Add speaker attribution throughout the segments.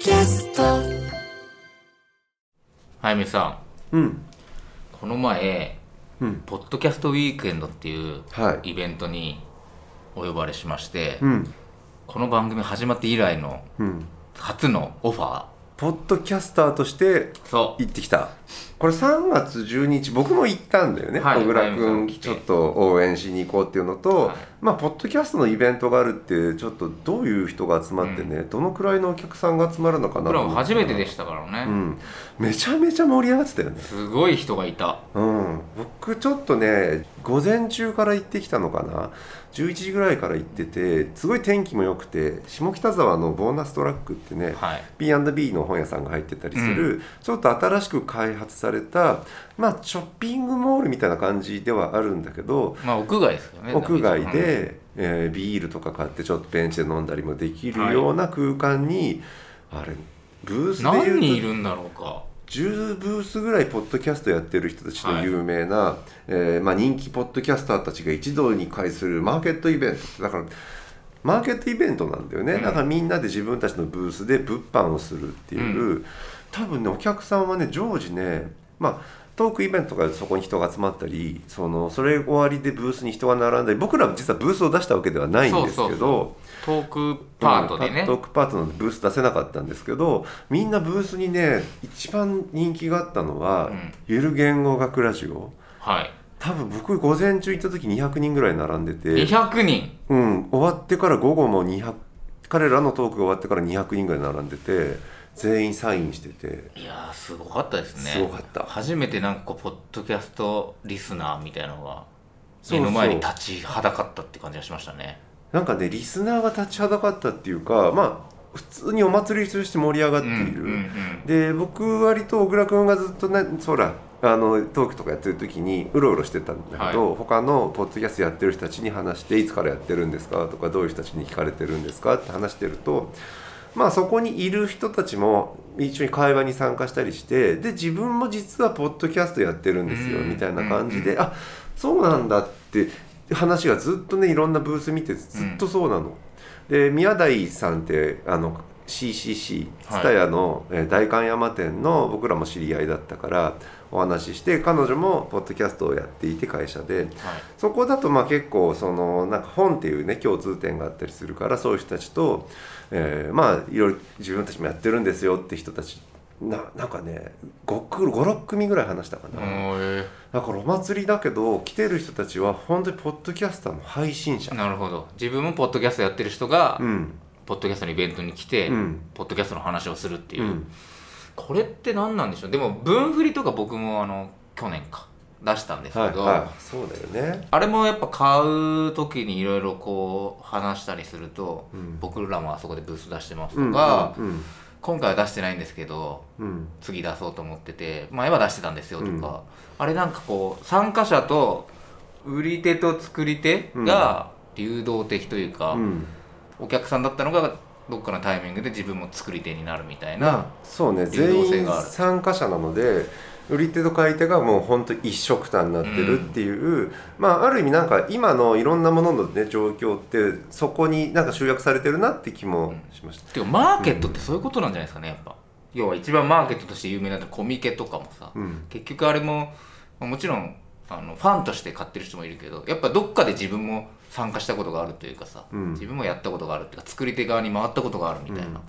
Speaker 1: キャスト
Speaker 2: はやみさん
Speaker 3: うん
Speaker 2: この前
Speaker 3: うん
Speaker 2: ポッドキャストウィークエンドっていう
Speaker 3: は
Speaker 2: イベントにお呼ばれしまして、
Speaker 3: うん
Speaker 2: この番組始まって以来の
Speaker 3: うん
Speaker 2: 初のオファー
Speaker 3: ポッドキャスターとして
Speaker 2: そう
Speaker 3: 行ってきたこれ3月12日僕も行ったんだよね
Speaker 2: はい
Speaker 3: 小倉
Speaker 2: はい
Speaker 3: 君ちょっと応援しに行こうっていうのと、
Speaker 2: はい
Speaker 3: まあポッドキャストのイベントがあるってちょっとどういう人が集まってね、どのくらいのお客さんが集まるのかな
Speaker 2: 僕らも初めてで
Speaker 3: し
Speaker 2: したから
Speaker 3: う
Speaker 2: ね、
Speaker 3: ん、めちゃめちゃ盛り上がってたよね
Speaker 2: すごい人がいた
Speaker 3: うん、僕ちょっとね午前中から行ってきたのかな11時ぐらいから行っててすごい天気も良くて下北沢のボーナストラックってね、
Speaker 2: はい、
Speaker 3: B&B の本屋さんが入ってたりする、ちょっと新しく開発された、まあ、ショッピングモールみたいな感じではあるんだけど
Speaker 2: まあ屋外ですよね
Speaker 3: 屋外で、えービールとか買ってちょっとベンチで飲んだりもできるような空間に、あれブースで
Speaker 2: 何人い
Speaker 3: 言うと
Speaker 2: るんだろうか
Speaker 3: 10ブースぐらいポッドキャストやってる人たちの有名な、えーまあ、人気ポッドキャスターたちが一堂に会するマーケットイベントだからマーケットイベントなんだよね、
Speaker 2: うん
Speaker 3: だからみんなで自分たちのブースで物販をするっていう、
Speaker 2: う
Speaker 3: 多分ねお客さんはね常時ねまあトークイベントとかでそこに人が集まったりそのそれ終わりでブースに人が並んだり僕らは実はブースを出したわけではないんですけど
Speaker 2: そうそうそトークパートでね、
Speaker 3: うんトークパートのブース出せなかったんですけどみんなブースにね一番人気があったのは、
Speaker 2: うん
Speaker 3: ゆる言語学ラジオ
Speaker 2: はい
Speaker 3: 多分僕午前中行った時200人ぐらい並んでて、
Speaker 2: 200人
Speaker 3: うん、終わってから午後も200彼らのトークが終わってから200人ぐらい並んでて全員サインしてて
Speaker 2: いやーすごかったですね
Speaker 3: すごかった
Speaker 2: 初めてなんかこうポッドキャストリスナーみたいなのが
Speaker 3: そう
Speaker 2: 目
Speaker 3: そう
Speaker 2: の前に立ちはだかったって感じがしましたね
Speaker 3: なんかねリスナーが立ちはだかったっていうかまあ普通にお祭りとして盛り上がっている。
Speaker 2: うんうん
Speaker 3: で僕割と小倉君がずっとねそらあのトークとかやってる時にうろうろしてたんだけど、他のポッドキャストやってる人たちに話していつからやってるんですかとかどういう人たちに聞かれてるんですかって話してるとまあそこにいる人たちも一緒に会話に参加したりしてで自分も実はポッドキャストやってるんですよ
Speaker 2: うん
Speaker 3: みたいな感じで、あそうなんだって話がずっとねいろんなブース見ててずっとそうなの。で宮台さんってあの CCC
Speaker 2: はい
Speaker 3: 蔦屋の、えー代官山店の僕らも知り合いだったからお話しして彼女もポッドキャストをやっていて会社で
Speaker 2: はい
Speaker 3: そこだとまあ結構そのなんか本っていうね共通点があったりするからそういう人たちと、えーまあいろいろ自分たちもやってるんですよって人たちななんかね56組ぐらい話したか
Speaker 2: う
Speaker 3: な、
Speaker 2: んへ
Speaker 3: だからお祭りだけど来てる人たちは本当にポッドキャスターの配信
Speaker 2: ー
Speaker 3: 者
Speaker 2: なるほど自分もポッドキャストやってる人が、
Speaker 3: うん
Speaker 2: ポッドキャストのイベントに来て、
Speaker 3: うん
Speaker 2: ポッドキャストの話をするっていうう、
Speaker 3: ん
Speaker 2: これって何なんでしょうでも分振りとか僕もあの去年か出したんですけ
Speaker 3: はい
Speaker 2: ど、
Speaker 3: はいそうだよね
Speaker 2: あれもやっぱ買う時にいろいろこう話したりすると、
Speaker 3: うん
Speaker 2: 僕らもあそこでブース出してますとか、
Speaker 3: うん
Speaker 2: 今回は出してないんですけど
Speaker 3: うん
Speaker 2: 次出そうと思ってて前は出してたんですよとか、あれなんかこう参加者と売り手と作り手が流動的というか、
Speaker 3: うん
Speaker 2: お客さんだったのがどっかのタイミングで自分も作り手になるみたいな
Speaker 3: な、そうね
Speaker 2: 流動
Speaker 3: 全
Speaker 2: 性
Speaker 3: 員
Speaker 2: がある
Speaker 3: 参加者なので売り手と買い手がもうほんと一緒くたになってるっていう、まあある意味なんか今のいろんなもののね状況ってそこになんか集約されてるなって気もしました、
Speaker 2: てかマーケットってそういうことなんじゃないですかねやっぱ要は一番マーケットとして有名なのはコミケとかもさ、
Speaker 3: うん
Speaker 2: 結局あれもまあもちろんあのファンとして買ってる人もいるけどやっぱどっかで自分も参加したことがあるというかさ、
Speaker 3: うん
Speaker 2: 自分もやったことがあるっていうか作り手側に回ったことがあるみたい
Speaker 3: うん
Speaker 2: な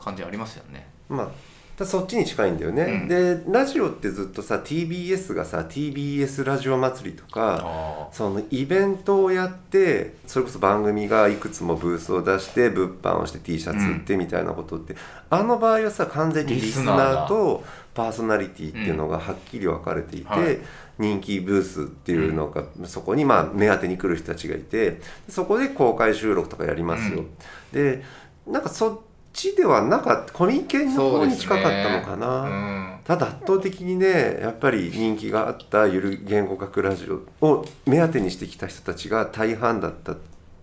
Speaker 2: 感じありますよね、
Speaker 3: まあだそっちに近いんだよね、
Speaker 2: うん
Speaker 3: でラジオってずっとさ TBS がさ TBS ラジオ祭りとか
Speaker 2: あ
Speaker 3: そのイベントをやってそれこそ番組がいくつもブースを出して物販をして T シャツ売ってみたいなことって、あの場合はさ完全にリスナーとパーソナリティっていうのがはっきり分かれていて、
Speaker 2: うんはい
Speaker 3: 人気ブースっていうのが、そこにまあ目当てに来る人たちがいてそこで公開収録とかやりますよ。
Speaker 2: うん
Speaker 3: でなんかそっちではなかったコミケの
Speaker 2: そ
Speaker 3: 方
Speaker 2: うで
Speaker 3: に
Speaker 2: すね
Speaker 3: 近かったのかな。
Speaker 2: うん
Speaker 3: ただ圧倒的にねやっぱり人気があったゆる言語学ラジオを目当てにしてきた人たちが大半だった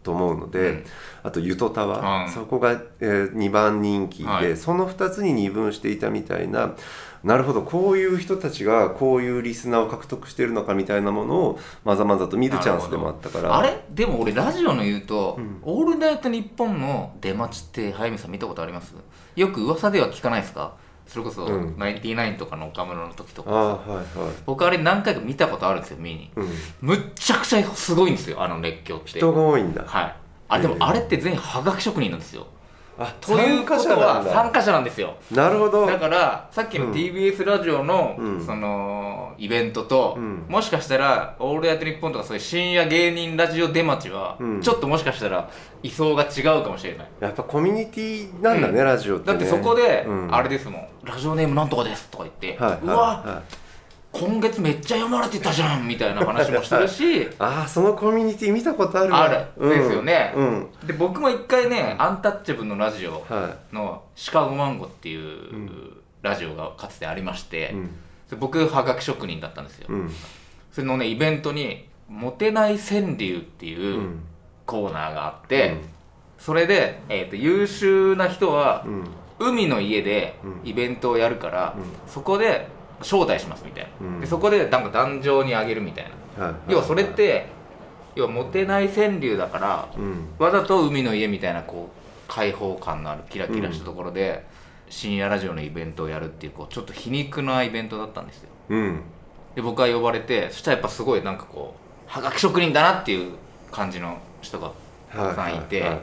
Speaker 3: と思うので、
Speaker 2: うん
Speaker 3: あとゆとたわ、
Speaker 2: うん
Speaker 3: そこが、え2番人気で、
Speaker 2: はい
Speaker 3: その2つに二分していたみたいななるほどこういう人たちがこういうリスナーを獲得してるのかみたいなものをまざまざと見るチャンスでもあったから
Speaker 2: あれでも俺ラジオの言うと「
Speaker 3: ん
Speaker 2: オールナイトニッポン」の出待ちって早見さん見たことありますよく噂では聞かないですかそれこそ、
Speaker 3: うん
Speaker 2: ナインティナインとかの岡村の時と
Speaker 3: あ
Speaker 2: か
Speaker 3: ーはいはい、
Speaker 2: 僕あれ何回か見たことあるんですよ見に
Speaker 3: うん、
Speaker 2: むっちゃくちゃすごいんですよあの熱狂って
Speaker 3: 人が多いんだ
Speaker 2: はいあでもあれって全員はがき職人なんですよ
Speaker 3: あ
Speaker 2: ということは参加者なんですよ
Speaker 3: なるほど
Speaker 2: だからさっき
Speaker 3: う
Speaker 2: の
Speaker 3: ん
Speaker 2: TBS ラジオの、
Speaker 3: うん
Speaker 2: そのイベントと、
Speaker 3: うん
Speaker 2: もしかしたら「オールナイトニッポン」とかそういう深夜芸人ラジオ出待ちは、
Speaker 3: うん
Speaker 2: ちょっともしかしたら位相が違うかもしれない
Speaker 3: やっぱコミュニティなんだね、
Speaker 2: う
Speaker 3: ラジオって、ね、
Speaker 2: だってそこで、
Speaker 3: うん
Speaker 2: あれですもん「ラジオネームなんとかです」とか言って「
Speaker 3: はいはいう
Speaker 2: わ、
Speaker 3: はい
Speaker 2: 今月めっちゃ読まれてたじゃん」みたいな話もしてるし
Speaker 3: ああそのコミュニティ見たことあるわ
Speaker 2: ある、
Speaker 3: うん
Speaker 2: ですよね、
Speaker 3: うん
Speaker 2: で僕も一回ね「アンタッチャブルのラジオ」
Speaker 3: は
Speaker 2: のシカゴマンゴっていう、
Speaker 3: ん
Speaker 2: ラジオがかつてありまして、
Speaker 3: いうん
Speaker 2: で僕はがき職人だったんですよ、
Speaker 3: うん
Speaker 2: それのねイベントに「モテない川柳」って
Speaker 3: う
Speaker 2: いうんコーナーがあって、それで、えー、と優秀な人は
Speaker 3: うんうん
Speaker 2: 海の家で
Speaker 3: うん
Speaker 2: イベントをやるから、
Speaker 3: う
Speaker 2: そこで招待しますみたいな、
Speaker 3: うん
Speaker 2: でそこでなんか壇上にあげるみたいな、
Speaker 3: はい
Speaker 2: 要はそれって要はモテない川柳だから
Speaker 3: うん
Speaker 2: わざと海の家みたいなこう開放感のあるキラキラしたところで、深夜ラジオのイベントをやるっていうこうちょっと皮肉なイベントだったんですよ
Speaker 3: うん
Speaker 2: で僕は呼ばれてそしたらやっぱすごいなんかこうはがき職人だなっていう感じの人がたくさんいて、
Speaker 3: ははは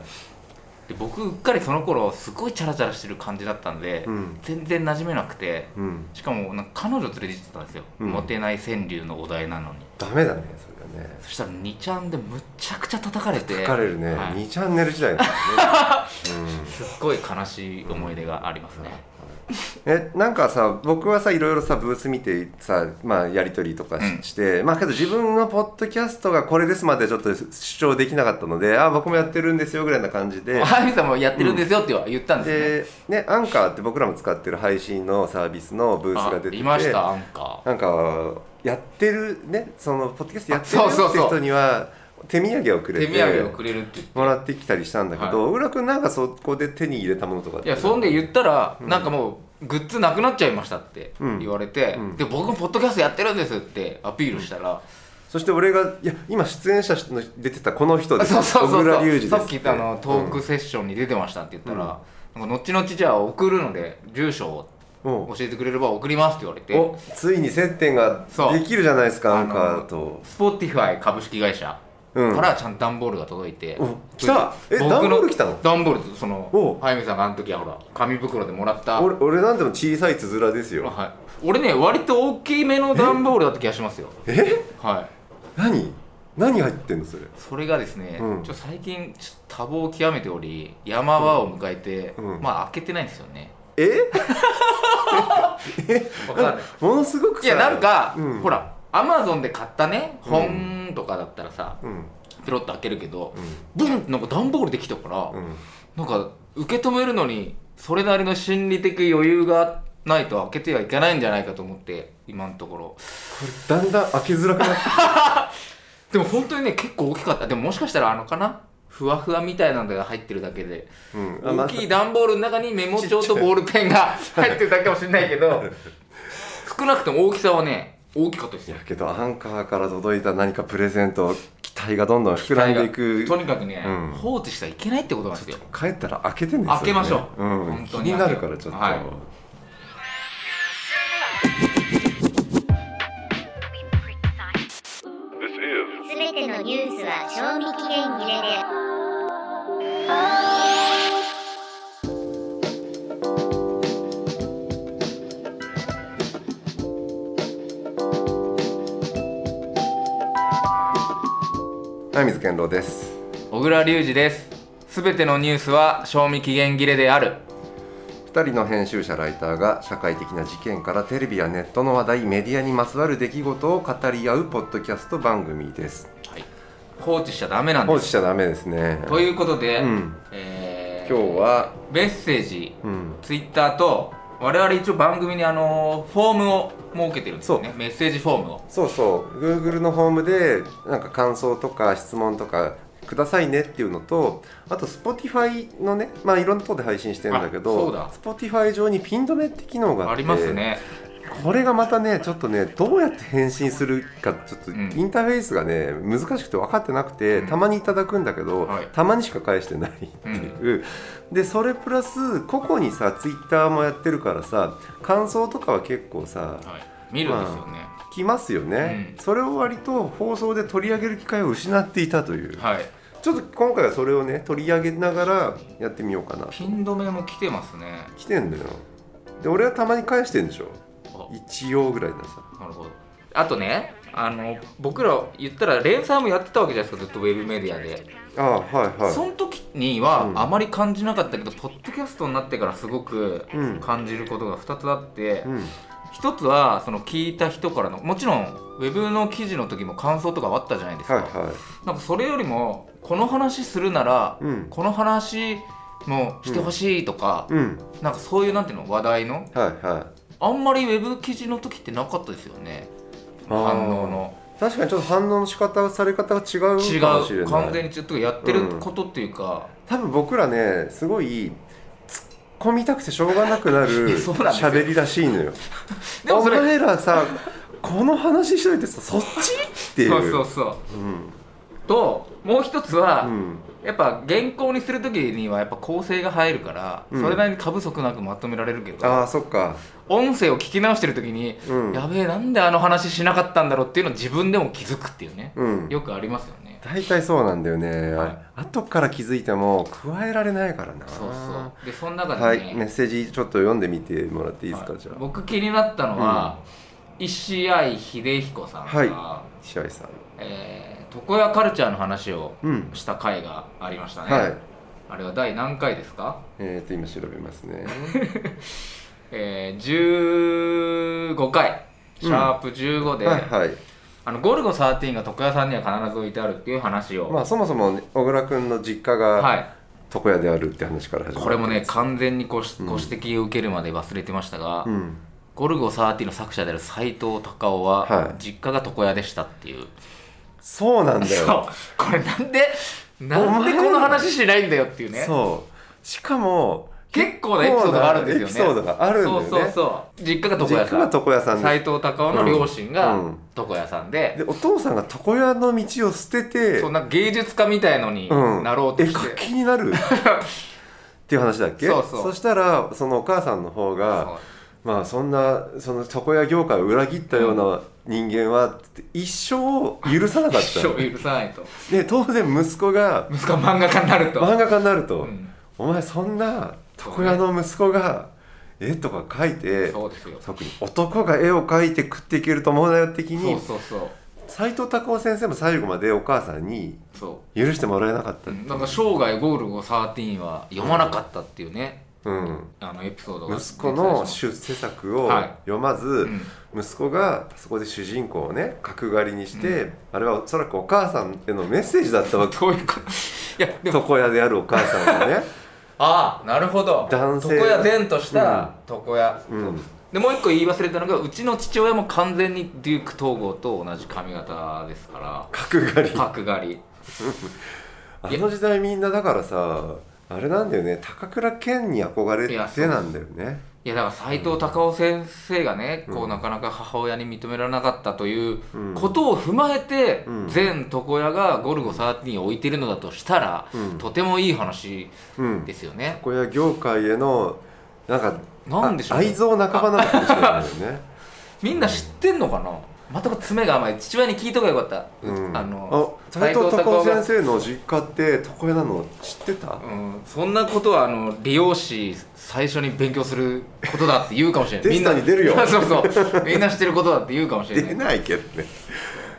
Speaker 2: で僕うっかりその頃すごいチャラチャラしてる感じだったんで、
Speaker 3: うん
Speaker 2: 全然馴染めなくて
Speaker 3: うん
Speaker 2: しかもなんか彼女連れて行ってたんですよ、
Speaker 3: うん
Speaker 2: モテない川柳のお題なのに
Speaker 3: ダメだねそれはね
Speaker 2: そしたら2ちゃんでむちゃくちゃ叩かれて
Speaker 3: 疲れるね、
Speaker 2: はい
Speaker 3: 二チャンネル時代だね、 うん
Speaker 2: すっごい悲しい思い出がありますね、
Speaker 3: えなんかさ僕はさいろいろさブース見てさ、まあ、やり取りとかし,、
Speaker 2: うん
Speaker 3: てまあけど自分のポッドキャストがこれですまでちょっと主張できなかったのであ僕もやってるんですよぐらいな感じで。
Speaker 2: 早見さんもやってるんですよって言ったんですね、
Speaker 3: でね、アンカーって僕らも使ってる配信のサービスのブースが出て
Speaker 2: あ
Speaker 3: て
Speaker 2: いましたアンカー
Speaker 3: なんかやってるねそのポッドキャストやってる
Speaker 2: あそうそう
Speaker 3: って
Speaker 2: そう
Speaker 3: 人には手土産をくれて
Speaker 2: 手土産をくれるって言って
Speaker 3: もらってきたりしたんだけど、小倉君なんかそこで手に入れたものとかって
Speaker 2: いやそんで言ったら、なんかもうグッズなくなっちゃいましたって
Speaker 3: うん
Speaker 2: 言われて、
Speaker 3: うん
Speaker 2: で僕もポッドキャストやってるんですってアピールしたら、
Speaker 3: そして俺が「いや今出演者の出てたこの人です
Speaker 2: そうそうそう
Speaker 3: 小倉隆二です」
Speaker 2: さっき言ったあのトークセッションに出てましたって言ったら、なんか後々じゃあ送るので住所を
Speaker 3: うん
Speaker 2: 教えてくれれば送りますって言われ
Speaker 3: うん
Speaker 2: て
Speaker 3: おついに接点が
Speaker 2: そう
Speaker 3: できるじゃないですかア
Speaker 2: あ
Speaker 3: ン
Speaker 2: の
Speaker 3: カーと。
Speaker 2: スポティファイ株式会社か
Speaker 3: うん
Speaker 2: らちゃんと段ボールが届いて、
Speaker 3: お来たえ
Speaker 2: 僕の
Speaker 3: 段ボール来たの
Speaker 2: 段ボールってその
Speaker 3: お
Speaker 2: 早見さんがあの時はほら紙袋でもらった
Speaker 3: 俺俺なんでも小さいつづらですよ
Speaker 2: はい、俺ね割と大きめの段ボールだった気がしますよ
Speaker 3: え
Speaker 2: はい
Speaker 3: 何何入ってんのそれ
Speaker 2: それがですね、
Speaker 3: うん
Speaker 2: ちょっと最近ちょっと多忙を極めており山場を迎えて、
Speaker 3: うん
Speaker 2: まあ開けてないんですよね
Speaker 3: え
Speaker 2: わかんない
Speaker 3: ものすごくさ
Speaker 2: いやなんか、
Speaker 3: うん
Speaker 2: ほらアマゾンで買ったね本とかだったらさ、
Speaker 3: うん
Speaker 2: ペロッと開けるけど、
Speaker 3: う
Speaker 2: ブンってなんか段ボールできたから、
Speaker 3: んうん
Speaker 2: なんか受け止めるのにそれなりの心理的余裕がないと開けてはいけないんじゃないかと思って今のところ
Speaker 3: だんだん開けづら くなってき
Speaker 2: でも本当にね結構大きかったでももしかしたらあのかなふわふわみたいなのが入ってるだけで
Speaker 3: た、うんあまあ
Speaker 2: 大きい段ボールの中にメモ帳とボールペンが入ってるだけかもしれないけど少なくとも大きさはね大きかったですよ
Speaker 3: だけどアンカーから届いた何かプレゼント期待がどんどん膨らんでいく
Speaker 2: とにかくね、
Speaker 3: うん
Speaker 2: 放置してはいけないってことなんですよ
Speaker 3: 帰ったら開けてね
Speaker 2: 開けましょう
Speaker 3: それねうん、
Speaker 2: 本当に
Speaker 3: 気になるからちょっと、
Speaker 2: はい
Speaker 1: すべてのニュースは賞味期限切れで
Speaker 3: はい水健郎です
Speaker 2: 小倉隆二です全てのニュースは賞味期限切れである
Speaker 3: 2人の編集者ライターが社会的な事件からテレビやネットの話題メディアにまつわる出来事を語り合うポッドキャスト番組です
Speaker 2: 放置しちゃダメなん
Speaker 3: 放
Speaker 2: で
Speaker 3: 置
Speaker 2: す
Speaker 3: しちゃダメですね
Speaker 2: ということで、
Speaker 3: うん
Speaker 2: えー
Speaker 3: 今日は
Speaker 2: メッセージ
Speaker 3: うん
Speaker 2: ツイッターと我々一応番組にあのフォームを設けてるんですよね
Speaker 3: そ
Speaker 2: メッセージフォームを
Speaker 3: そうそう Google のホームでなんか感想とか質問とかくださいねっていうのとあと Spotify のねまあいろんなとこで配信してるんだけ
Speaker 2: あそう
Speaker 3: ど
Speaker 2: だ
Speaker 3: Spotify 上にピン止めって機能があって
Speaker 2: ありますね
Speaker 3: これがまたねちょっとねどうやって返信するかちょっとイ
Speaker 2: うん
Speaker 3: ンターフェースがね、難しくて分かってなくて、
Speaker 2: うん
Speaker 3: たまにいただくんだけど、
Speaker 2: はい
Speaker 3: たまにしか返してないっていう、でそれプラス個々にさツイッターもやってるからさ感想とかは結構さ
Speaker 2: はい見るんですよね、
Speaker 3: 来ますよね、それを割と放送で取り上げる機会を失っていたという、
Speaker 2: はい
Speaker 3: ちょっと今回はそれをね取り上げながらやってみようかな
Speaker 2: ピン止めも来てますね
Speaker 3: 来てんだよで俺はたまに返してんでしょ
Speaker 2: あ
Speaker 3: 一応ぐらいなさ
Speaker 2: なるほどあとねあの僕ら言ったら連載もやってたわけじゃないですかずっとウェブメディアで、
Speaker 3: ああはいはい
Speaker 2: その時に
Speaker 3: う
Speaker 2: は
Speaker 3: ん
Speaker 2: あまり感じなかったけど、ポッドキャストになってからすごく
Speaker 3: うん
Speaker 2: 感じることが2つあって、
Speaker 3: うん
Speaker 2: 1つはその聞いた人からのもちろんウェブの記事の時も感想とかはあったじゃないですか、
Speaker 3: はいは
Speaker 2: なんかそれよりもこの話するなら、
Speaker 3: い。うん。
Speaker 2: この話もしてほしいとか、
Speaker 3: うん。
Speaker 2: なんかそういうなんていうの話題の
Speaker 3: はいはい。
Speaker 2: あんまりウェブ記事の時ってなかったですよね
Speaker 3: あー
Speaker 2: 反応の
Speaker 3: 確かにちょっと反応の仕方、され方が違うかもし
Speaker 2: 違
Speaker 3: れない。
Speaker 2: う完全にちょっとやってることっていうか、
Speaker 3: 多分僕らね、すごい。突っ込みたくてしょうがなく なる。
Speaker 2: そうなんですよ
Speaker 3: 喋りらしいのよ。
Speaker 2: でもそれ
Speaker 3: お前らさ。この話しといてさ、そっちっていう。
Speaker 2: そうそうそう
Speaker 3: うん。
Speaker 2: ともう一つは、
Speaker 3: うん。
Speaker 2: やっぱ原稿にする時にはやっぱ構成が入るから、
Speaker 3: うん
Speaker 2: それなりに過不足なくまとめられるけど
Speaker 3: ああ、そっか。
Speaker 2: 音声を聞き直してる時に、
Speaker 3: うん
Speaker 2: やべえなんであの話しなかったんだろうっていうのを自分でも気づくっていうね、
Speaker 3: うん。
Speaker 2: よくありますよね
Speaker 3: 大体そうなんだよね、
Speaker 2: は
Speaker 3: 後から気づいても加えられないからな
Speaker 2: そうそうでその中
Speaker 3: は
Speaker 2: でね、
Speaker 3: いメッセージちょっと読んでみてもらっていいですか、
Speaker 2: はい
Speaker 3: じゃあ
Speaker 2: 僕気になったのは、石井秀彦さんが、
Speaker 3: は白石さん
Speaker 2: えー床屋カルチャーの話を
Speaker 3: うん
Speaker 2: した回がありましたね、
Speaker 3: はい
Speaker 2: あれは第何回ですか、
Speaker 3: えー、と今調べますね。
Speaker 2: えー、15回シャープ15で、
Speaker 3: はいはい。
Speaker 2: あのゴルゴ13が床屋さんには必ず置いてあるっていう話を、
Speaker 3: まあそもそもね小倉くんの実家
Speaker 2: は
Speaker 3: が
Speaker 2: い、
Speaker 3: 床屋であるって話から始まる。
Speaker 2: これもね完全にごし
Speaker 3: うん
Speaker 2: ご指摘を受けるまで忘れてましたが「
Speaker 3: うん。
Speaker 2: ゴルゴ13」の作者である斎藤隆夫は、
Speaker 3: はい
Speaker 2: 実家が床屋でしたっていう
Speaker 3: そうなんだ
Speaker 2: そう
Speaker 3: よ。
Speaker 2: これなんでなんでこの話しないんだよっていうね
Speaker 3: そう。しかも
Speaker 2: 結構なエピソードがあるんですよね
Speaker 3: エピソードがあるんだよね。
Speaker 2: そうそうそう実家が床
Speaker 3: 実
Speaker 2: 屋
Speaker 3: 家が
Speaker 2: さん
Speaker 3: 床屋さん
Speaker 2: 斎
Speaker 3: で
Speaker 2: 藤隆夫の両親が
Speaker 3: うん
Speaker 2: 床屋さんで、
Speaker 3: でお父さんが床屋の道を捨てて、
Speaker 2: そんな芸術家みたいのに
Speaker 3: うん、
Speaker 2: なろうと
Speaker 3: 絵
Speaker 2: して、
Speaker 3: 描きに なるっていう話だっけ
Speaker 2: そうそう
Speaker 3: したらそのお母さんの方が
Speaker 2: そう
Speaker 3: まあそんなその床屋業界を裏切ったような人間はって一生許さなかっ
Speaker 2: 一
Speaker 3: た
Speaker 2: 生許さないと
Speaker 3: で当然息子が
Speaker 2: 息子は漫画家になると、
Speaker 3: 漫画家になると、
Speaker 2: うん
Speaker 3: お前そんな床屋の息子が絵とか描いて
Speaker 2: そうですよそ
Speaker 3: 特に男が絵を描いて食っていけると思うなよ的
Speaker 2: う
Speaker 3: に
Speaker 2: そうそう
Speaker 3: 斎藤孝夫先生も最後までお母さんに
Speaker 2: そ
Speaker 3: 許してもらえなかった
Speaker 2: う
Speaker 3: っ
Speaker 2: う
Speaker 3: てい
Speaker 2: ん
Speaker 3: う
Speaker 2: なんか生涯ゴールゴ13は読まなかったっていうね、
Speaker 3: うん、
Speaker 2: あのエピソードが
Speaker 3: 息子の出世作を
Speaker 2: はい
Speaker 3: 読まず、
Speaker 2: うん
Speaker 3: 息子がそこで主人公をね角刈りにして、あれはおそらくお母さんへのメッセージだったわけ
Speaker 2: どういうこといや でも
Speaker 3: 床屋であるお母さんが ね
Speaker 2: ああなるほど
Speaker 3: 男性
Speaker 2: 床屋善とした床屋、
Speaker 3: うん
Speaker 2: でもう一個言い忘れたのがうちの父親も完全にデューク統合と同じ髪型ですか
Speaker 3: 角刈り
Speaker 2: ら角刈り
Speaker 3: あの時代みんなだからさあれなんだよね高倉健に憧れ
Speaker 2: いや
Speaker 3: てなんだよね
Speaker 2: いやだから斎藤隆夫先生がね、こ
Speaker 3: う
Speaker 2: うんなかなか母親に認められなかったといううんことを踏まえて、
Speaker 3: うん
Speaker 2: 全床屋が「ゴルゴ13」を置いてるのだとしたら、
Speaker 3: うん
Speaker 2: とてもいい話
Speaker 3: うん
Speaker 2: ですよね。
Speaker 3: 床屋業界へのなんか
Speaker 2: なんでしょうね
Speaker 3: あ愛憎仲間なのかもしれないよね
Speaker 2: みんな知ってんのかな全く爪が甘い父親に聞いとけばよかった、
Speaker 3: うん
Speaker 2: あの
Speaker 3: あ斎藤孝夫先
Speaker 2: が、
Speaker 3: 生の実家って床屋なの知ってた、
Speaker 2: うん、そんなことはあの利用し最初に勉強することだって言うかもしれない
Speaker 3: テストに出るよ
Speaker 2: みんな そうそうみんな知ってることだって言うかもしれない
Speaker 3: 出 ないけどね。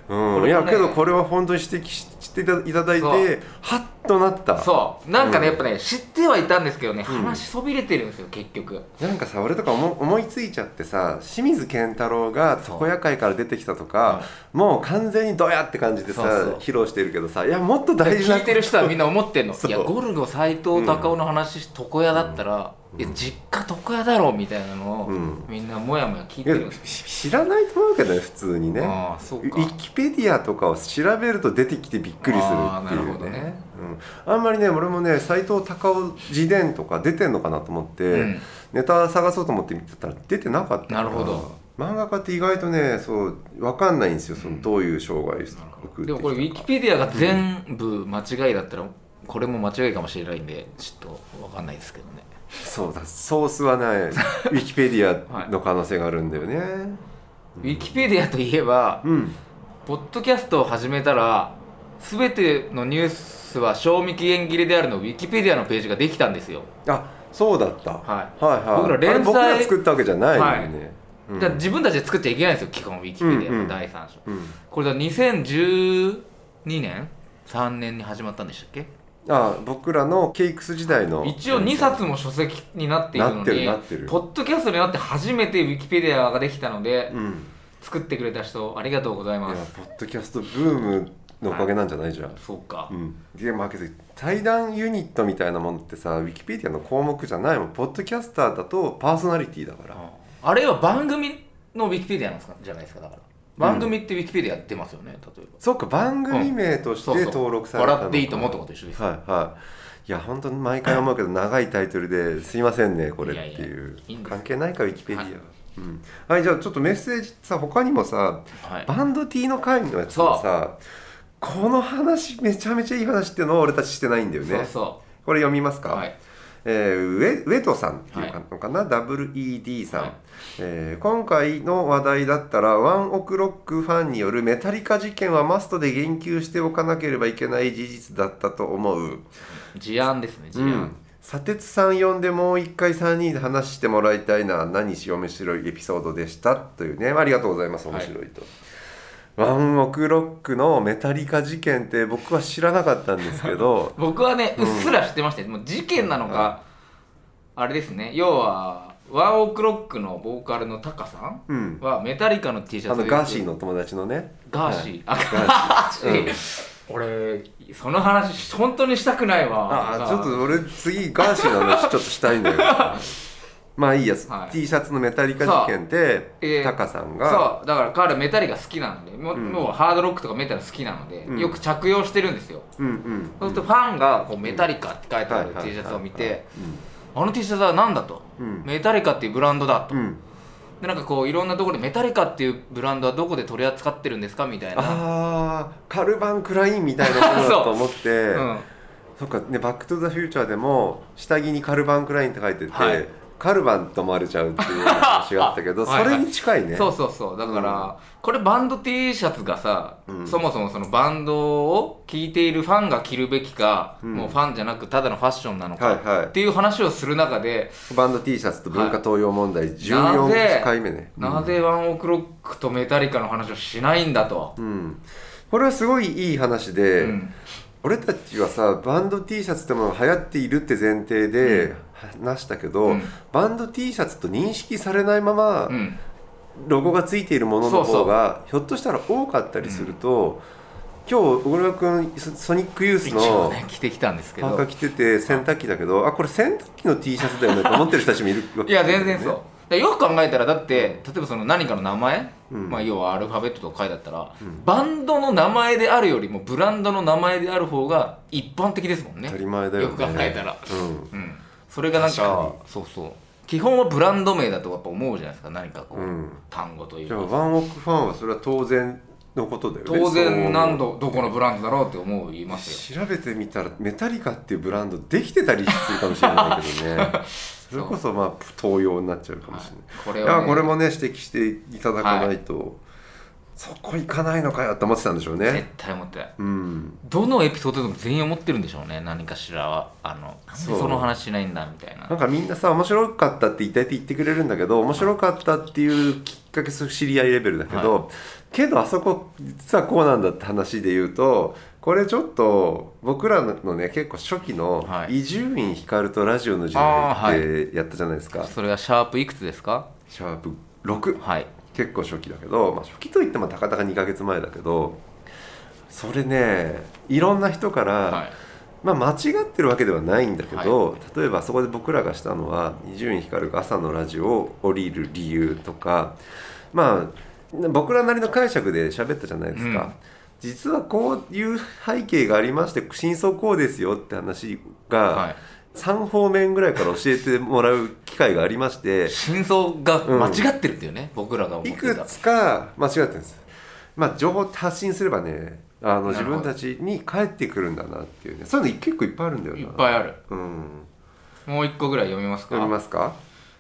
Speaker 3: うん、
Speaker 2: こ
Speaker 3: い
Speaker 2: れも
Speaker 3: や
Speaker 2: ね
Speaker 3: けどこれは本当に指摘ししていただい
Speaker 2: そう
Speaker 3: てはっとなった
Speaker 2: そうなんかね、
Speaker 3: う
Speaker 2: や
Speaker 3: ん
Speaker 2: っぱね知ってはいたんですけどね話そびれてるんですよ、結局
Speaker 3: なんかさ俺とか思思いついちゃってさ清水健太郎が床屋会から出てきたとか、もう完全にドヤって感じでさ
Speaker 2: そうそう
Speaker 3: 披露してるけどさいやもっと大事な
Speaker 2: 聞いてる人はみんな思ってんの
Speaker 3: そう
Speaker 2: いやゴルゴ斎藤隆夫の話、床屋だったら、いや実家床屋だろみたいなのを、
Speaker 3: うん
Speaker 2: みんなもやもや聞い
Speaker 3: い
Speaker 2: て
Speaker 3: や
Speaker 2: るんですよ
Speaker 3: し知らないと思うけどね普通にね
Speaker 2: ああそ
Speaker 3: ウ
Speaker 2: うか
Speaker 3: ィキペディアとかを調べると出てきてびっくりする
Speaker 2: あー
Speaker 3: ってい
Speaker 2: なる
Speaker 3: う
Speaker 2: ほど
Speaker 3: ね
Speaker 2: ね
Speaker 3: うん、あんまりね俺もね斎藤隆夫自伝とか出てんのかなと思って、
Speaker 2: うん
Speaker 3: ネタ探そうと思って見てたら出てなかったから
Speaker 2: なるほど
Speaker 3: 漫画家って意外とねそう分かんないんですよそのどういう生涯を送ってきたか
Speaker 2: でもこれウィキペディアが全部間違いだったら、これも間違いかもしれないんでちょっとわかんないですけどね
Speaker 3: そうだソース はないウィキペディアの可能性があるんだよね、
Speaker 2: ウィキペディアといえば、
Speaker 3: うん
Speaker 2: ポッドキャストを始めたら全てのニュースは賞味期限切れであるのウィキペディアのページができたんですよ、
Speaker 3: あそうだった、
Speaker 2: は
Speaker 3: はいはい
Speaker 2: 僕ら連載
Speaker 3: あれ僕ら作ったわけじゃないよね、うん
Speaker 2: だから自分たちで作っちゃいけないんですよ基本ウィキペディア
Speaker 3: うんう
Speaker 2: の
Speaker 3: ん
Speaker 2: 第三章、
Speaker 3: うん
Speaker 2: これだ2012年3年に始まったんでしたっけ
Speaker 3: あ僕らのケイクス時代の
Speaker 2: 一応2冊も書籍になっているの
Speaker 3: なってる
Speaker 2: に
Speaker 3: なってる
Speaker 2: ポッドキャストになって初めてウィキペディアができたので、
Speaker 3: うん
Speaker 2: 作ってくれた人ありがとうござい
Speaker 3: いや
Speaker 2: ます
Speaker 3: ポッドキャストブームのおかげなんじゃないじゃん、
Speaker 2: そうか、
Speaker 3: うん、でまあけど対談ユニットみたいなものってさウィキペディアの項目じゃないもんポッドキャスターだとパーソナリティだから、
Speaker 2: ああれは番組のウィキペディアなんですかじゃないですかだから番組ってウィキペディア出ますよね、例えば
Speaker 3: そっか番組名として
Speaker 2: そうそう
Speaker 3: 登録されたのか
Speaker 2: 笑っていいと思うってこと一緒です、
Speaker 3: はいはいいや本当に毎回思うけど長いタイトルですいませんねこれって
Speaker 2: いやい
Speaker 3: いう
Speaker 2: やいいんです
Speaker 3: 関係ないかウィキペディアは
Speaker 2: はい
Speaker 3: うんはい、じゃあちょっとメッセージさ他にもさ
Speaker 2: はい
Speaker 3: バンド T の会のやつもさこの話めちゃめちゃいい話っていうのを俺たちしてないんだよね
Speaker 2: そうそ
Speaker 3: これ読みます
Speaker 2: う
Speaker 3: か、
Speaker 2: はい
Speaker 3: えーウェウェトさんっていうかのかな、WED さん、
Speaker 2: はい
Speaker 3: えー今回の話題だったらワンオクロックファンによるメタリカ事件はマストで言及しておかなければいけない事実だったと思う、
Speaker 2: 事案ですね事
Speaker 3: う
Speaker 2: 案、
Speaker 3: ん、砂鉄さん呼んでもう一回3人で話してもらいたいな何しろ面白いエピソードでしたというねありがとうございます
Speaker 2: はい
Speaker 3: 面白いと、ワンオクロックのメタリカ事件って僕は知らなかったんですけ ど
Speaker 2: 僕はねうっすら知ってましたよもう事件なのか、あれですね要はワンオクロックのボーカルのタカさん
Speaker 3: うん
Speaker 2: はメタリカの T シャ
Speaker 3: あ
Speaker 2: ツ
Speaker 3: のガーシーの友達のね
Speaker 2: ガーシー、あ
Speaker 3: ガ
Speaker 2: ガーシー、俺その話本当にしたくないわ
Speaker 3: ああちょっと俺次ガーシーの話ちょっとした いんだよまあいいやつ、
Speaker 2: はい
Speaker 3: T シャツのメタリカ事件で、
Speaker 2: えー
Speaker 3: タカさんが
Speaker 2: そうだから彼はメタリカ好きなのでも,、うもうハードロックとかメタル好きなので、
Speaker 3: ん
Speaker 2: よく着用してるんですよ、
Speaker 3: うんうん
Speaker 2: そうするとファンがこうメタリカって書いてある
Speaker 3: はいはい
Speaker 2: T シャツを見て
Speaker 3: う
Speaker 2: あの T シャツは何だと、
Speaker 3: うん
Speaker 2: メタリカっていうブランドだと、
Speaker 3: ん、うん、
Speaker 2: でなんかこういろんなところでメタリカっていうブランドはどこで取り扱ってるんですかみたいな
Speaker 3: あーカルバン・クラインみたいなものだと思 って
Speaker 2: う
Speaker 3: そ,、
Speaker 2: ん
Speaker 3: っかね「バック・トゥ・ザ・フューチャー」でも下着にカルバン・クラインって書いてて、
Speaker 2: はい
Speaker 3: カルバンと思われちゃうっていう話があったけ ど
Speaker 2: はいはい
Speaker 3: それに近いね
Speaker 2: そうそうそうだから、これバンド T シャツがさ、
Speaker 3: うん
Speaker 2: そもそもそのバンドを聴いているファンが着るべきか、
Speaker 3: うん
Speaker 2: もうファンじゃなくただのファッションなのか、
Speaker 3: はいはい
Speaker 2: っていう話をする中で、
Speaker 3: バンド T シャツと文化東洋問題
Speaker 2: なぜ
Speaker 3: 14回目ね、
Speaker 2: なぜワンオクロックとメタリカの話をしないんだと、
Speaker 3: うん、これはすごいいい話で、
Speaker 2: うん
Speaker 3: 俺たちはさバンド T シャツってものが流行っているって前提で話したけど、
Speaker 2: うん
Speaker 3: バンド T シャツと認識されないまま、
Speaker 2: うん
Speaker 3: ロゴがついているものの方がひょっとしたら多かったりすると、今日小倉君ソソニックユース
Speaker 2: 一
Speaker 3: の
Speaker 2: 応ね着てきたんですけ
Speaker 3: パーカ
Speaker 2: ど
Speaker 3: ー着てて洗濯機だけどあこれ洗濯機の T シャツだよねと思ってる人たちもいるわ
Speaker 2: い
Speaker 3: けだ
Speaker 2: や
Speaker 3: よね
Speaker 2: 全然そう、だからよく考えたらだって例えばその何かの名前、
Speaker 3: うん
Speaker 2: まあ、要はアルファベットと書いてあったら、バンドの名前であるよりもブランドの名前である方が一般的ですもんね
Speaker 3: 当たり前だ
Speaker 2: よ
Speaker 3: よね
Speaker 2: く考えたら
Speaker 3: うん
Speaker 2: うん、それがなんか
Speaker 3: 確か
Speaker 2: そうそう基本はブランド名だとやっぱ思うじゃないですか何かこう、
Speaker 3: うん
Speaker 2: 単語という
Speaker 3: じゃ
Speaker 2: か
Speaker 3: あワンオクファンはそれは当然のことだよね
Speaker 2: 当然何
Speaker 3: 度
Speaker 2: 度どこのブランドだろうって思う言いますよ
Speaker 3: 調べてみたらメタリカっていうブランドできてたりするかもしれないけ どねそれこそまあ東洋になっちゃうかもしれない、
Speaker 2: これ
Speaker 3: い
Speaker 2: は、
Speaker 3: や
Speaker 2: ね、
Speaker 3: これもね指摘していただかないと、そこ行かないのかよって思ってたんでしょう
Speaker 2: 絶
Speaker 3: ね
Speaker 2: 対思ってない
Speaker 3: うん
Speaker 2: どのエピソードでも全員思ってるんでしょうね何かしらはあのなんで
Speaker 3: そう
Speaker 2: その話しないんだみたいな
Speaker 3: なんかみんなさ面白かったって大体言ってくれるんだけど面白かったっていうきっかけ知り合いレベルだけど、けどあそこ実はこうなんだって話で言うとこれちょっと僕らのね結構初期の
Speaker 2: はい
Speaker 3: 伊集院光とラジオの時
Speaker 2: あーは
Speaker 3: 代
Speaker 2: い
Speaker 3: ってやったじゃないですか、
Speaker 2: それはシャープいくつですか
Speaker 3: シャープ6
Speaker 2: はい
Speaker 3: 結構初期だけど、まあ、初期といってもたかたか2ヶ月前だけどそれねいろんな人から、
Speaker 2: はい
Speaker 3: まあ、間違ってるわけではないんだけど、例えばそこで僕らがしたのは伊集院光が朝のラジオを降りる理由とかまあ僕らなりの解釈で喋ったじゃないですか、
Speaker 2: うん
Speaker 3: 実はこういう背景がありまして真相こうですよって話
Speaker 2: は
Speaker 3: が
Speaker 2: い
Speaker 3: 3方面ぐらいから教えてもらう機会があり まして。
Speaker 2: 心臓が間違ってるっていうね、僕らが思っ
Speaker 3: い
Speaker 2: て
Speaker 3: く
Speaker 2: た
Speaker 3: つか間違ってるんです、まあ、情報を発信すればねあ
Speaker 2: な
Speaker 3: の自
Speaker 2: るほど
Speaker 3: 分たちに返ってくるんだなっていうねそういうの結構いっぱいあるんだよない
Speaker 2: っぱいある
Speaker 3: うん
Speaker 2: もう一個ぐらい読みますか
Speaker 3: 読みますか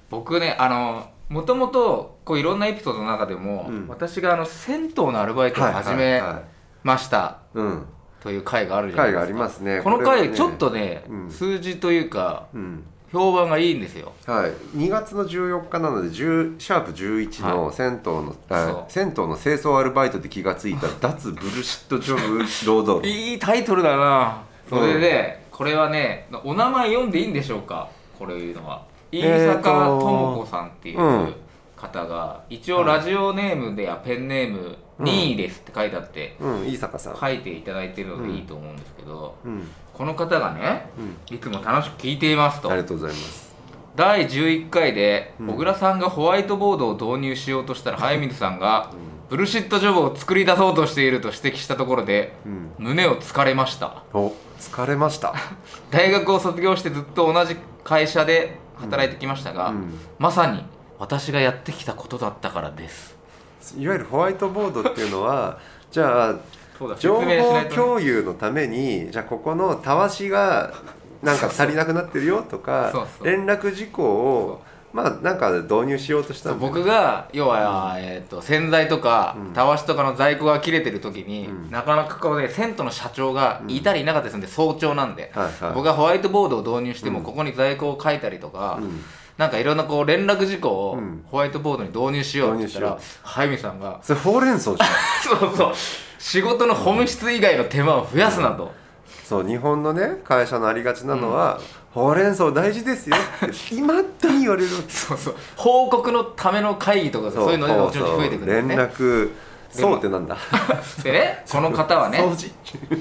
Speaker 2: 僕ねあのもともとこういろんなエピソードの中でも、
Speaker 3: うん
Speaker 2: 私があの銭湯のアルバイトを始め
Speaker 3: はいはい
Speaker 2: ました
Speaker 3: うん
Speaker 2: という回があるじゃないです
Speaker 3: 回が
Speaker 2: か
Speaker 3: ありますね
Speaker 2: この
Speaker 3: れは
Speaker 2: 回
Speaker 3: ね
Speaker 2: ちょっとね、
Speaker 3: うん
Speaker 2: 数字というか
Speaker 3: うん
Speaker 2: 評判がいいんですよ
Speaker 3: はい、2月の14日なので10シャープ11の銭湯の、あ
Speaker 2: そう
Speaker 3: 銭湯の清掃アルバイトで気が ついた脱ブルシットジョブ労働論
Speaker 2: いいタイトルだなそれで、これはねお名前読んでいいんでしょうかこれいうのは飯
Speaker 3: ーと
Speaker 2: 坂智子さんっていう
Speaker 3: うん
Speaker 2: 方が、一応ラジオネームでやペンネーム任意ですって書いてあって、
Speaker 3: うん飯坂さん、
Speaker 2: 書いていただいてるのでいいと思うんですけど、
Speaker 3: うん
Speaker 2: この方がね
Speaker 3: うん、
Speaker 2: いつも楽しく聞いていますと
Speaker 3: ありがとうございます
Speaker 2: 第11回で
Speaker 3: うん
Speaker 2: 小倉さんがホワイトボードを導入しようと したら早水さんがブルシットジョブを作り出そうとしていると指摘したところで
Speaker 3: うん
Speaker 2: 胸をつかれました
Speaker 3: お疲れま した、
Speaker 2: 大学を卒業してずっと同じ会社で働いてきましたが、
Speaker 3: うん
Speaker 2: まさに私がやってきたことだったからです
Speaker 3: いわゆるホワイトボードっていうのはじゃあ
Speaker 2: そうだ
Speaker 3: 情報
Speaker 2: ね
Speaker 3: 共有のためにじゃあここのたわしがなんか足りなくなってるよとか
Speaker 2: そうそう
Speaker 3: 連絡事項をまあなんか導入しようとしたんだよ
Speaker 2: 僕が要は、えー、と洗剤とか
Speaker 3: うん
Speaker 2: たわしとかの在庫が切れてる時に、
Speaker 3: うん
Speaker 2: なかなかこうね銭湯の社長がいたりいなかったりするんで、早朝なんで、
Speaker 3: はいはい
Speaker 2: 僕がホワイトボードを導入しても、
Speaker 3: うん
Speaker 2: ここに在庫を書いたりとか、
Speaker 3: うん
Speaker 2: なんかいろんなこう連絡事項を
Speaker 3: うん
Speaker 2: ホワイトボードに導入しようって言ったら
Speaker 3: 導入
Speaker 2: 早見さんが
Speaker 3: それほうれん草じゃん
Speaker 2: そうそう仕事の本質以外の手間を増やすなと、
Speaker 3: そう日本のね会社のありがちなのは、ほうれん草大事ですよって今って言われる
Speaker 2: そうそう報告のための会議とかそういうので
Speaker 3: そ
Speaker 2: も
Speaker 3: う
Speaker 2: ちろん
Speaker 3: そう
Speaker 2: 増えてくるんだ
Speaker 3: 連
Speaker 2: よね
Speaker 3: 絡そうってなんだ
Speaker 2: でねこの方はね
Speaker 3: 掃除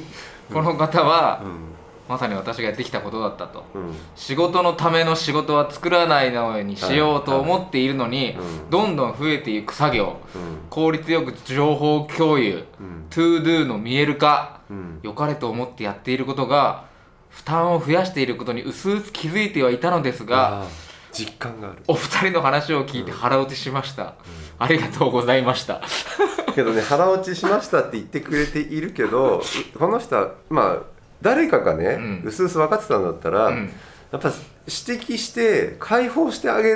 Speaker 2: この方は、
Speaker 3: うん
Speaker 2: まさに私がやってきたことだったと
Speaker 3: うん
Speaker 2: 仕事のための仕事は作らないようにしようと思っているのに、
Speaker 3: うん
Speaker 2: どんどん増えていく作業
Speaker 3: うん
Speaker 2: 効率よく情報共有
Speaker 3: うん
Speaker 2: トゥードゥの見える化
Speaker 3: うん
Speaker 2: 良かれと思ってやっていることが負担を増やしていることに薄々気づいてはいたのですが
Speaker 3: あー実感がある
Speaker 2: お二人の話を聞いて腹落ちしました、ありがとうございました
Speaker 3: けどね腹落ちしましたって言ってくれているけどうこの人はまあ誰かがね
Speaker 2: うん
Speaker 3: うすうす分かってたんだったら、
Speaker 2: うん
Speaker 3: やっぱ指摘して解放してあげ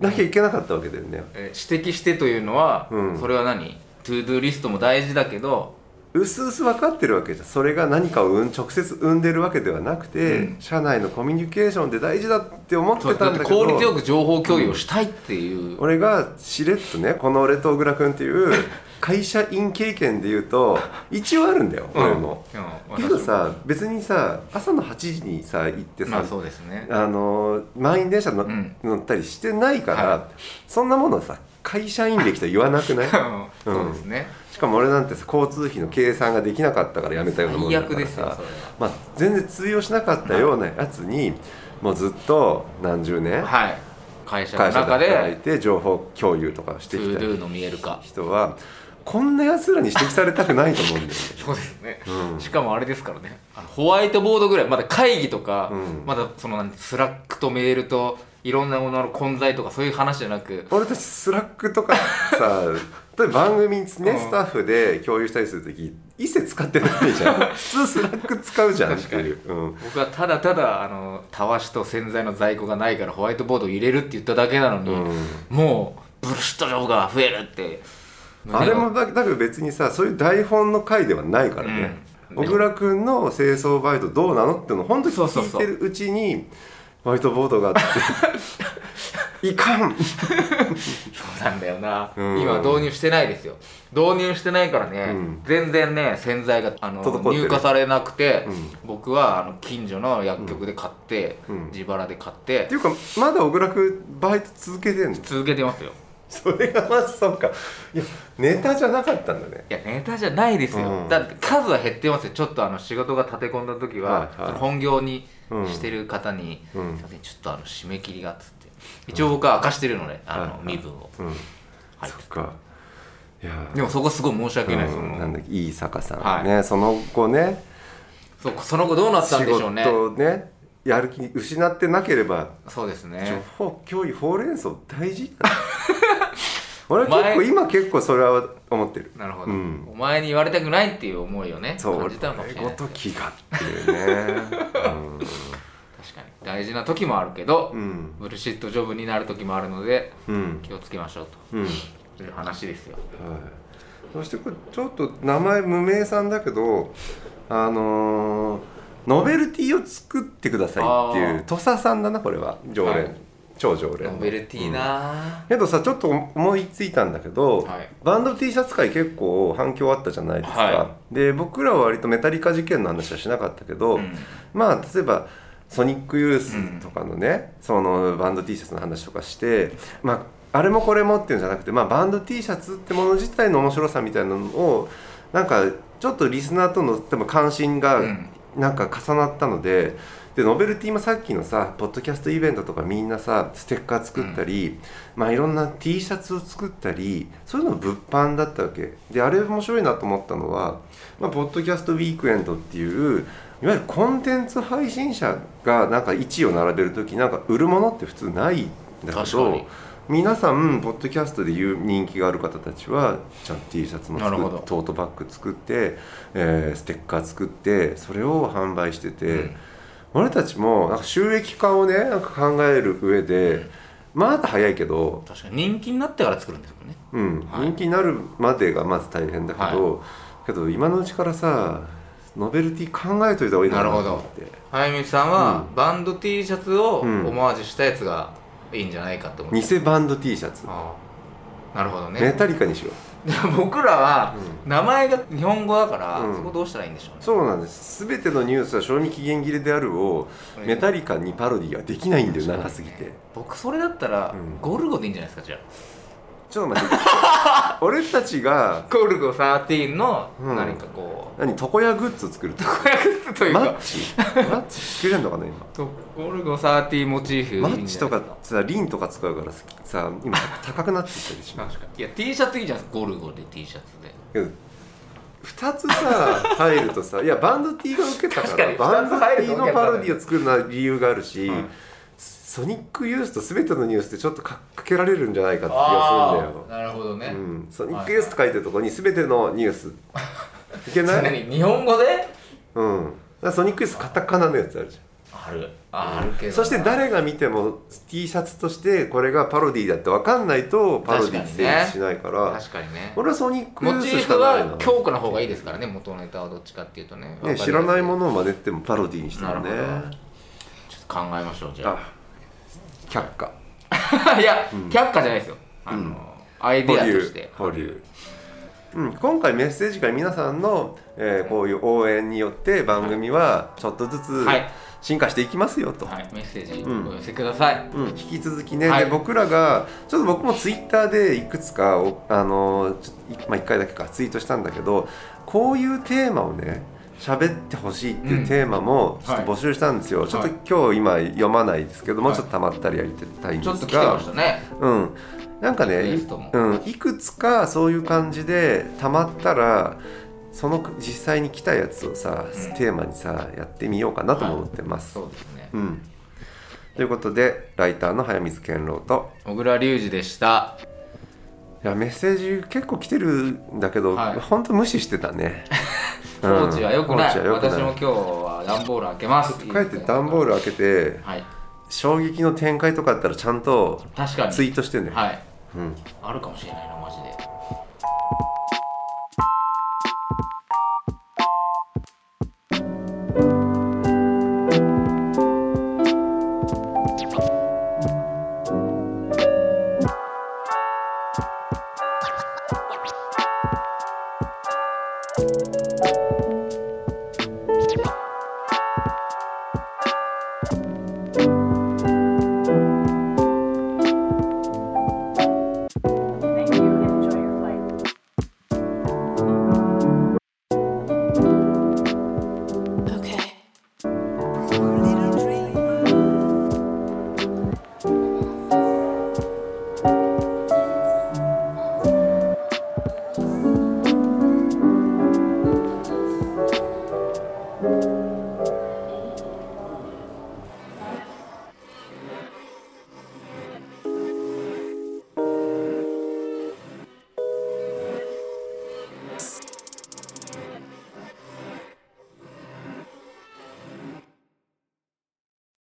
Speaker 3: なきゃいけなかったわけだよね。
Speaker 2: えー指摘してというのは、
Speaker 3: うん
Speaker 2: それは何トゥードゥリストも大事だけど
Speaker 3: うすうす分かってるわけじゃんそれが何かをうん直接生んでるわけではなくて、
Speaker 2: うん
Speaker 3: 社内のコミュニケーションで大事だって思って
Speaker 2: そう
Speaker 3: た
Speaker 2: だ
Speaker 3: ん
Speaker 2: って
Speaker 3: だけ
Speaker 2: 効率よ
Speaker 3: ど
Speaker 2: く情報共有をしたいっていう、
Speaker 3: 俺がしれっとねこの俺と小倉君っていう会社員経験で言うと一応あるんだよ俺も。
Speaker 2: うん
Speaker 3: けどさ別にさ朝の8時にさ行ってさ、
Speaker 2: まあ
Speaker 3: あ
Speaker 2: そうですね
Speaker 3: のー満員電車の、
Speaker 2: うん
Speaker 3: 乗ったりしてないから、
Speaker 2: は
Speaker 3: そんなものさ会社員歴とは言わなく な
Speaker 2: う
Speaker 3: い
Speaker 2: んそうですね、
Speaker 3: しかも俺なんてさ交通費の計算ができなかったからやめたようなもん
Speaker 2: 最
Speaker 3: だか
Speaker 2: 悪で
Speaker 3: ら
Speaker 2: すよ
Speaker 3: さ
Speaker 2: それ、
Speaker 3: まあ、全然通用しなかったようなやつにもうずっと何十年
Speaker 2: ははい会社の
Speaker 3: 会社
Speaker 2: 中
Speaker 3: で働い
Speaker 2: で
Speaker 3: て情報共有とかをし
Speaker 2: ト
Speaker 3: て
Speaker 2: ゥ
Speaker 3: き
Speaker 2: ー
Speaker 3: た
Speaker 2: ドゥの見える化
Speaker 3: 人はこんなやつらに指摘されたくないと思うんだよね。
Speaker 2: そうですね、
Speaker 3: うん
Speaker 2: しかもあれですからねあのホワイトボードぐらいまだ会議とか、
Speaker 3: うん
Speaker 2: まだその何スラックとメールといろんなものの混在とかそういう話じゃなく
Speaker 3: 俺たちスラックとか さ例えば番組にねス
Speaker 2: うん
Speaker 3: タッフで共有したりする時一切使ってない じゃん普通スラック使うじゃんっていう、うん、
Speaker 2: 僕はただただあのたわしと洗剤の在庫がないからホワイトボードを入れるって言っただけなのに、
Speaker 3: うん
Speaker 2: もうブルシット量が増えるって
Speaker 3: あれもだだけど別にさそういう台本の回ではないからね、
Speaker 2: うん
Speaker 3: 小倉君の清掃バイトどうなのっていうのを本当に
Speaker 2: そうそう
Speaker 3: 聞い
Speaker 2: そう
Speaker 3: てるうち にホワイトボードがあっていかん
Speaker 2: なんだよな、
Speaker 3: うん
Speaker 2: 今導入してないですよ導入してないからね、
Speaker 3: うん
Speaker 2: 全然ね洗剤があの
Speaker 3: 滞ってる
Speaker 2: 入荷されなくて、
Speaker 3: う
Speaker 2: 僕はあの近所の薬局で買って、
Speaker 3: うん
Speaker 2: 自腹で買って
Speaker 3: ていうかまだ小倉君バイト続けてんの
Speaker 2: 続けてますよ
Speaker 3: それがまずそうかいやネタじゃなかったんだね
Speaker 2: いやネタじゃないですよ、
Speaker 3: うん
Speaker 2: だって数は減ってますよちょっとあの仕事が立て込んだ時は、
Speaker 3: はいはい
Speaker 2: その本業に
Speaker 3: うん
Speaker 2: してる方に「
Speaker 3: うん
Speaker 2: すいませんちょっとあの締め切りが」っつって一応僕は明かしてるので、あの身分を、
Speaker 3: うん、
Speaker 2: はい
Speaker 3: そっかいや
Speaker 2: でもそこすごい申し訳ない、そ
Speaker 3: うん
Speaker 2: の
Speaker 3: なんだっけいい坂さん、
Speaker 2: はい
Speaker 3: ねその後ね
Speaker 2: そうその後どうなったん
Speaker 3: 仕
Speaker 2: でしょうね
Speaker 3: 事をねやる気失ってなければ
Speaker 2: そうです
Speaker 3: 情
Speaker 2: ね
Speaker 3: 報共有ほうれん草大事 俺は結
Speaker 2: 前
Speaker 3: 構今結構それは思ってる
Speaker 2: なるほど、
Speaker 3: うん
Speaker 2: お前に言われたくないっていう思いをね
Speaker 3: そう
Speaker 2: 感
Speaker 3: 俺
Speaker 2: じたのかもしれな
Speaker 3: ご
Speaker 2: いです
Speaker 3: と
Speaker 2: ね
Speaker 3: きがっていう ね
Speaker 2: 確かに大事な時もあるけど、
Speaker 3: うん
Speaker 2: ブルシットジョブになる時もあるので
Speaker 3: うんうん
Speaker 2: 気をつけましょう
Speaker 3: うんはい
Speaker 2: という話ですよ
Speaker 3: そしてこれちょっと名前無名さんだけどあのーノベルティを作ってくださいってい
Speaker 2: あー
Speaker 3: う土佐さんだなこれは常連、
Speaker 2: はい
Speaker 3: 超常連
Speaker 2: ノベルティーな
Speaker 3: けどさちょっと思いついたんだけど、
Speaker 2: はい
Speaker 3: バンド T シャツ界結構反響あったじゃないですか、
Speaker 2: は
Speaker 3: で僕らは割とメタリカ事件の話はしなかったけど、
Speaker 2: ーうん
Speaker 3: まあ例えばソニックユースとかのね、そのバンド T シャツの話とかしてまああれもこれもっていうんじゃなくて、まあ、バンド T シャツってもの自体の面白さみたいなのをなんかちょっとリスナーとの多分関心が
Speaker 2: うん
Speaker 3: なんか重なったのででノベルティもさっきのさポッドキャストイベントとかみんなさステッカー作ったり、まあいろんな T シャツを作ったりそういうの物販だったわけであれ面白いなと思ったのは、まあ、ポッドキャストウィークエンドっていういわゆるコンテンツ配信者がなんか1位を並べる時なんか売るものって普通ないんだけ
Speaker 2: 確かに
Speaker 3: ど皆さんポッドキャストで言う人気がある方たちはちゃんと T シャツも
Speaker 2: なる
Speaker 3: 作
Speaker 2: ほ
Speaker 3: っ
Speaker 2: ど
Speaker 3: トートバッグ作って、えーステッカー作ってそれを販売してて、
Speaker 2: うん
Speaker 3: 俺たちもなんか収益化をねなんか考える上で、まだ早いけど、
Speaker 2: 確かに人気になってから作るんですもんね
Speaker 3: うん
Speaker 2: はい
Speaker 3: 人気になるまでがまず大変だけど、けど今のうちからさノベルティ考えといた方がいいのかなと思って
Speaker 2: 早見さんは、
Speaker 3: う
Speaker 2: バンド T シャツをオ
Speaker 3: うん
Speaker 2: マージュしたやつがいいんじゃないかと思って、
Speaker 3: 偽バンド T シャツ、
Speaker 2: ああなるほどね
Speaker 3: メタリカにしよう
Speaker 2: で僕らは名前が日本語だから、
Speaker 3: うん
Speaker 2: そこどうしたらいいんでしょうね
Speaker 3: そうなんです全てのニュースは賞味期限切れであるをメタリカにパロディはできないんだよ長すぎて。
Speaker 2: 僕それだったら、
Speaker 3: うん
Speaker 2: ゴルゴでいいんじゃないですかじゃ
Speaker 3: ちょっと待 って俺たちが
Speaker 2: あゴルゴ13の
Speaker 3: うん
Speaker 2: 何かこう、
Speaker 3: 何床屋グッズを作 るってこ
Speaker 2: 子役とい
Speaker 3: と
Speaker 2: う
Speaker 3: マ
Speaker 2: か、
Speaker 3: ッチ マッチ作れんのかな今
Speaker 2: とゴルゴ13モチーフいいんじ
Speaker 3: マ
Speaker 2: ゃない
Speaker 3: ッ
Speaker 2: です
Speaker 3: チとかさリンとか使うからささ今高くなってきたりします
Speaker 2: 確かにいや T シャツいいじゃないですかゴルゴで T シャツで
Speaker 3: けど2つさ入るとさいやバンド T が受けたから
Speaker 2: 確か
Speaker 3: バ
Speaker 2: に
Speaker 3: ンド T
Speaker 2: 二つ入ると
Speaker 3: の
Speaker 2: 受けた
Speaker 3: パ
Speaker 2: ね
Speaker 3: ロディを作るのは理由があるし、
Speaker 2: うん
Speaker 3: ソニックユースと全てのニュースってちょっとかっかけられるんじゃないかって気がするんだ
Speaker 2: あ、な
Speaker 3: よ
Speaker 2: るほどね、
Speaker 3: うん、ソニックユースと書いてるとこに全てのニュースいけ
Speaker 2: そ
Speaker 3: な
Speaker 2: れ
Speaker 3: い
Speaker 2: 何日本語で
Speaker 3: うん、だからソニックユースカタカナのやつあるじ
Speaker 2: あるあるけど
Speaker 3: ゃん
Speaker 2: な
Speaker 3: そして誰が見ても T シャツとしてこれがパロディーだって分かんないとパロディーって成立しないから
Speaker 2: 確かにね
Speaker 3: 俺はソニックユ
Speaker 2: モ
Speaker 3: ー
Speaker 2: チ
Speaker 3: ス
Speaker 2: ー
Speaker 3: しか
Speaker 2: フ
Speaker 3: ないな
Speaker 2: は、強固な方がいいですからね元ネタはどっちかっていうとねわか
Speaker 3: ね、
Speaker 2: りやす
Speaker 3: 知らないものを真似てもパロディーにしても
Speaker 2: な
Speaker 3: ね
Speaker 2: るほどちょっと考えましょうじゃあ
Speaker 3: あ却下
Speaker 2: いや、却下じゃないですよ。あの、
Speaker 3: うん
Speaker 2: アイデ
Speaker 3: 保
Speaker 2: ィアと
Speaker 3: 留
Speaker 2: して。
Speaker 3: 保留うん、今回メッセージから皆さんの、えーこういう応援によって番組はちょっとずつ
Speaker 2: はい
Speaker 3: 進化していきますよと、
Speaker 2: はい、メッセージ
Speaker 3: うん
Speaker 2: お寄せください。
Speaker 3: うん、引き続きね、
Speaker 2: はい
Speaker 3: で僕らがちょっと僕もツイッターでいくつかおあのーちょっといまあ、1回だけかツイートしたんだけどこういうテーマをね喋ってほしいっていうテーマもちょっと募集したんですよ、
Speaker 2: い
Speaker 3: ちょっと今日今読まないですけども、
Speaker 2: はい
Speaker 3: ちょっとたまったりやりたいん
Speaker 2: ちょ
Speaker 3: で
Speaker 2: っと
Speaker 3: す
Speaker 2: 来てま
Speaker 3: が
Speaker 2: したね。
Speaker 3: うんなんかね
Speaker 2: リクエ
Speaker 3: い
Speaker 2: ストも
Speaker 3: うん、いくつかそういう感じでたまったらその実際に来たやつをさ、
Speaker 2: うん
Speaker 3: テーマにさやってみようかなとも思ってます。
Speaker 2: そうですね。
Speaker 3: うん、ということでライターの早水健郎と
Speaker 2: 小倉隆二でした。
Speaker 3: いやメッセージ結構来てるんだけど、
Speaker 2: はい
Speaker 3: ほんと無視してたね
Speaker 2: 放置は良くない。
Speaker 3: 放置は良
Speaker 2: 私も今日は段ボール開けます。
Speaker 3: 帰って段ボー
Speaker 2: ル。
Speaker 3: ル開けて
Speaker 2: はい。
Speaker 3: 衝撃の展開とかあったらちゃんと
Speaker 2: 確かに。
Speaker 3: ツイートしてね、
Speaker 2: はい。
Speaker 3: うん、
Speaker 2: あるかもしれないな、マジで。